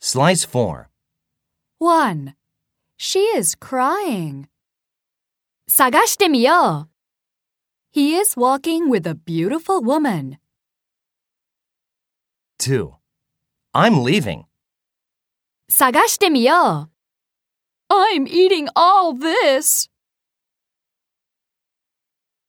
Slice 4. 1. She is crying. 探してみよう He is walking with a beautiful woman. 2. I'm leaving. 探してみよう I'm eating all this.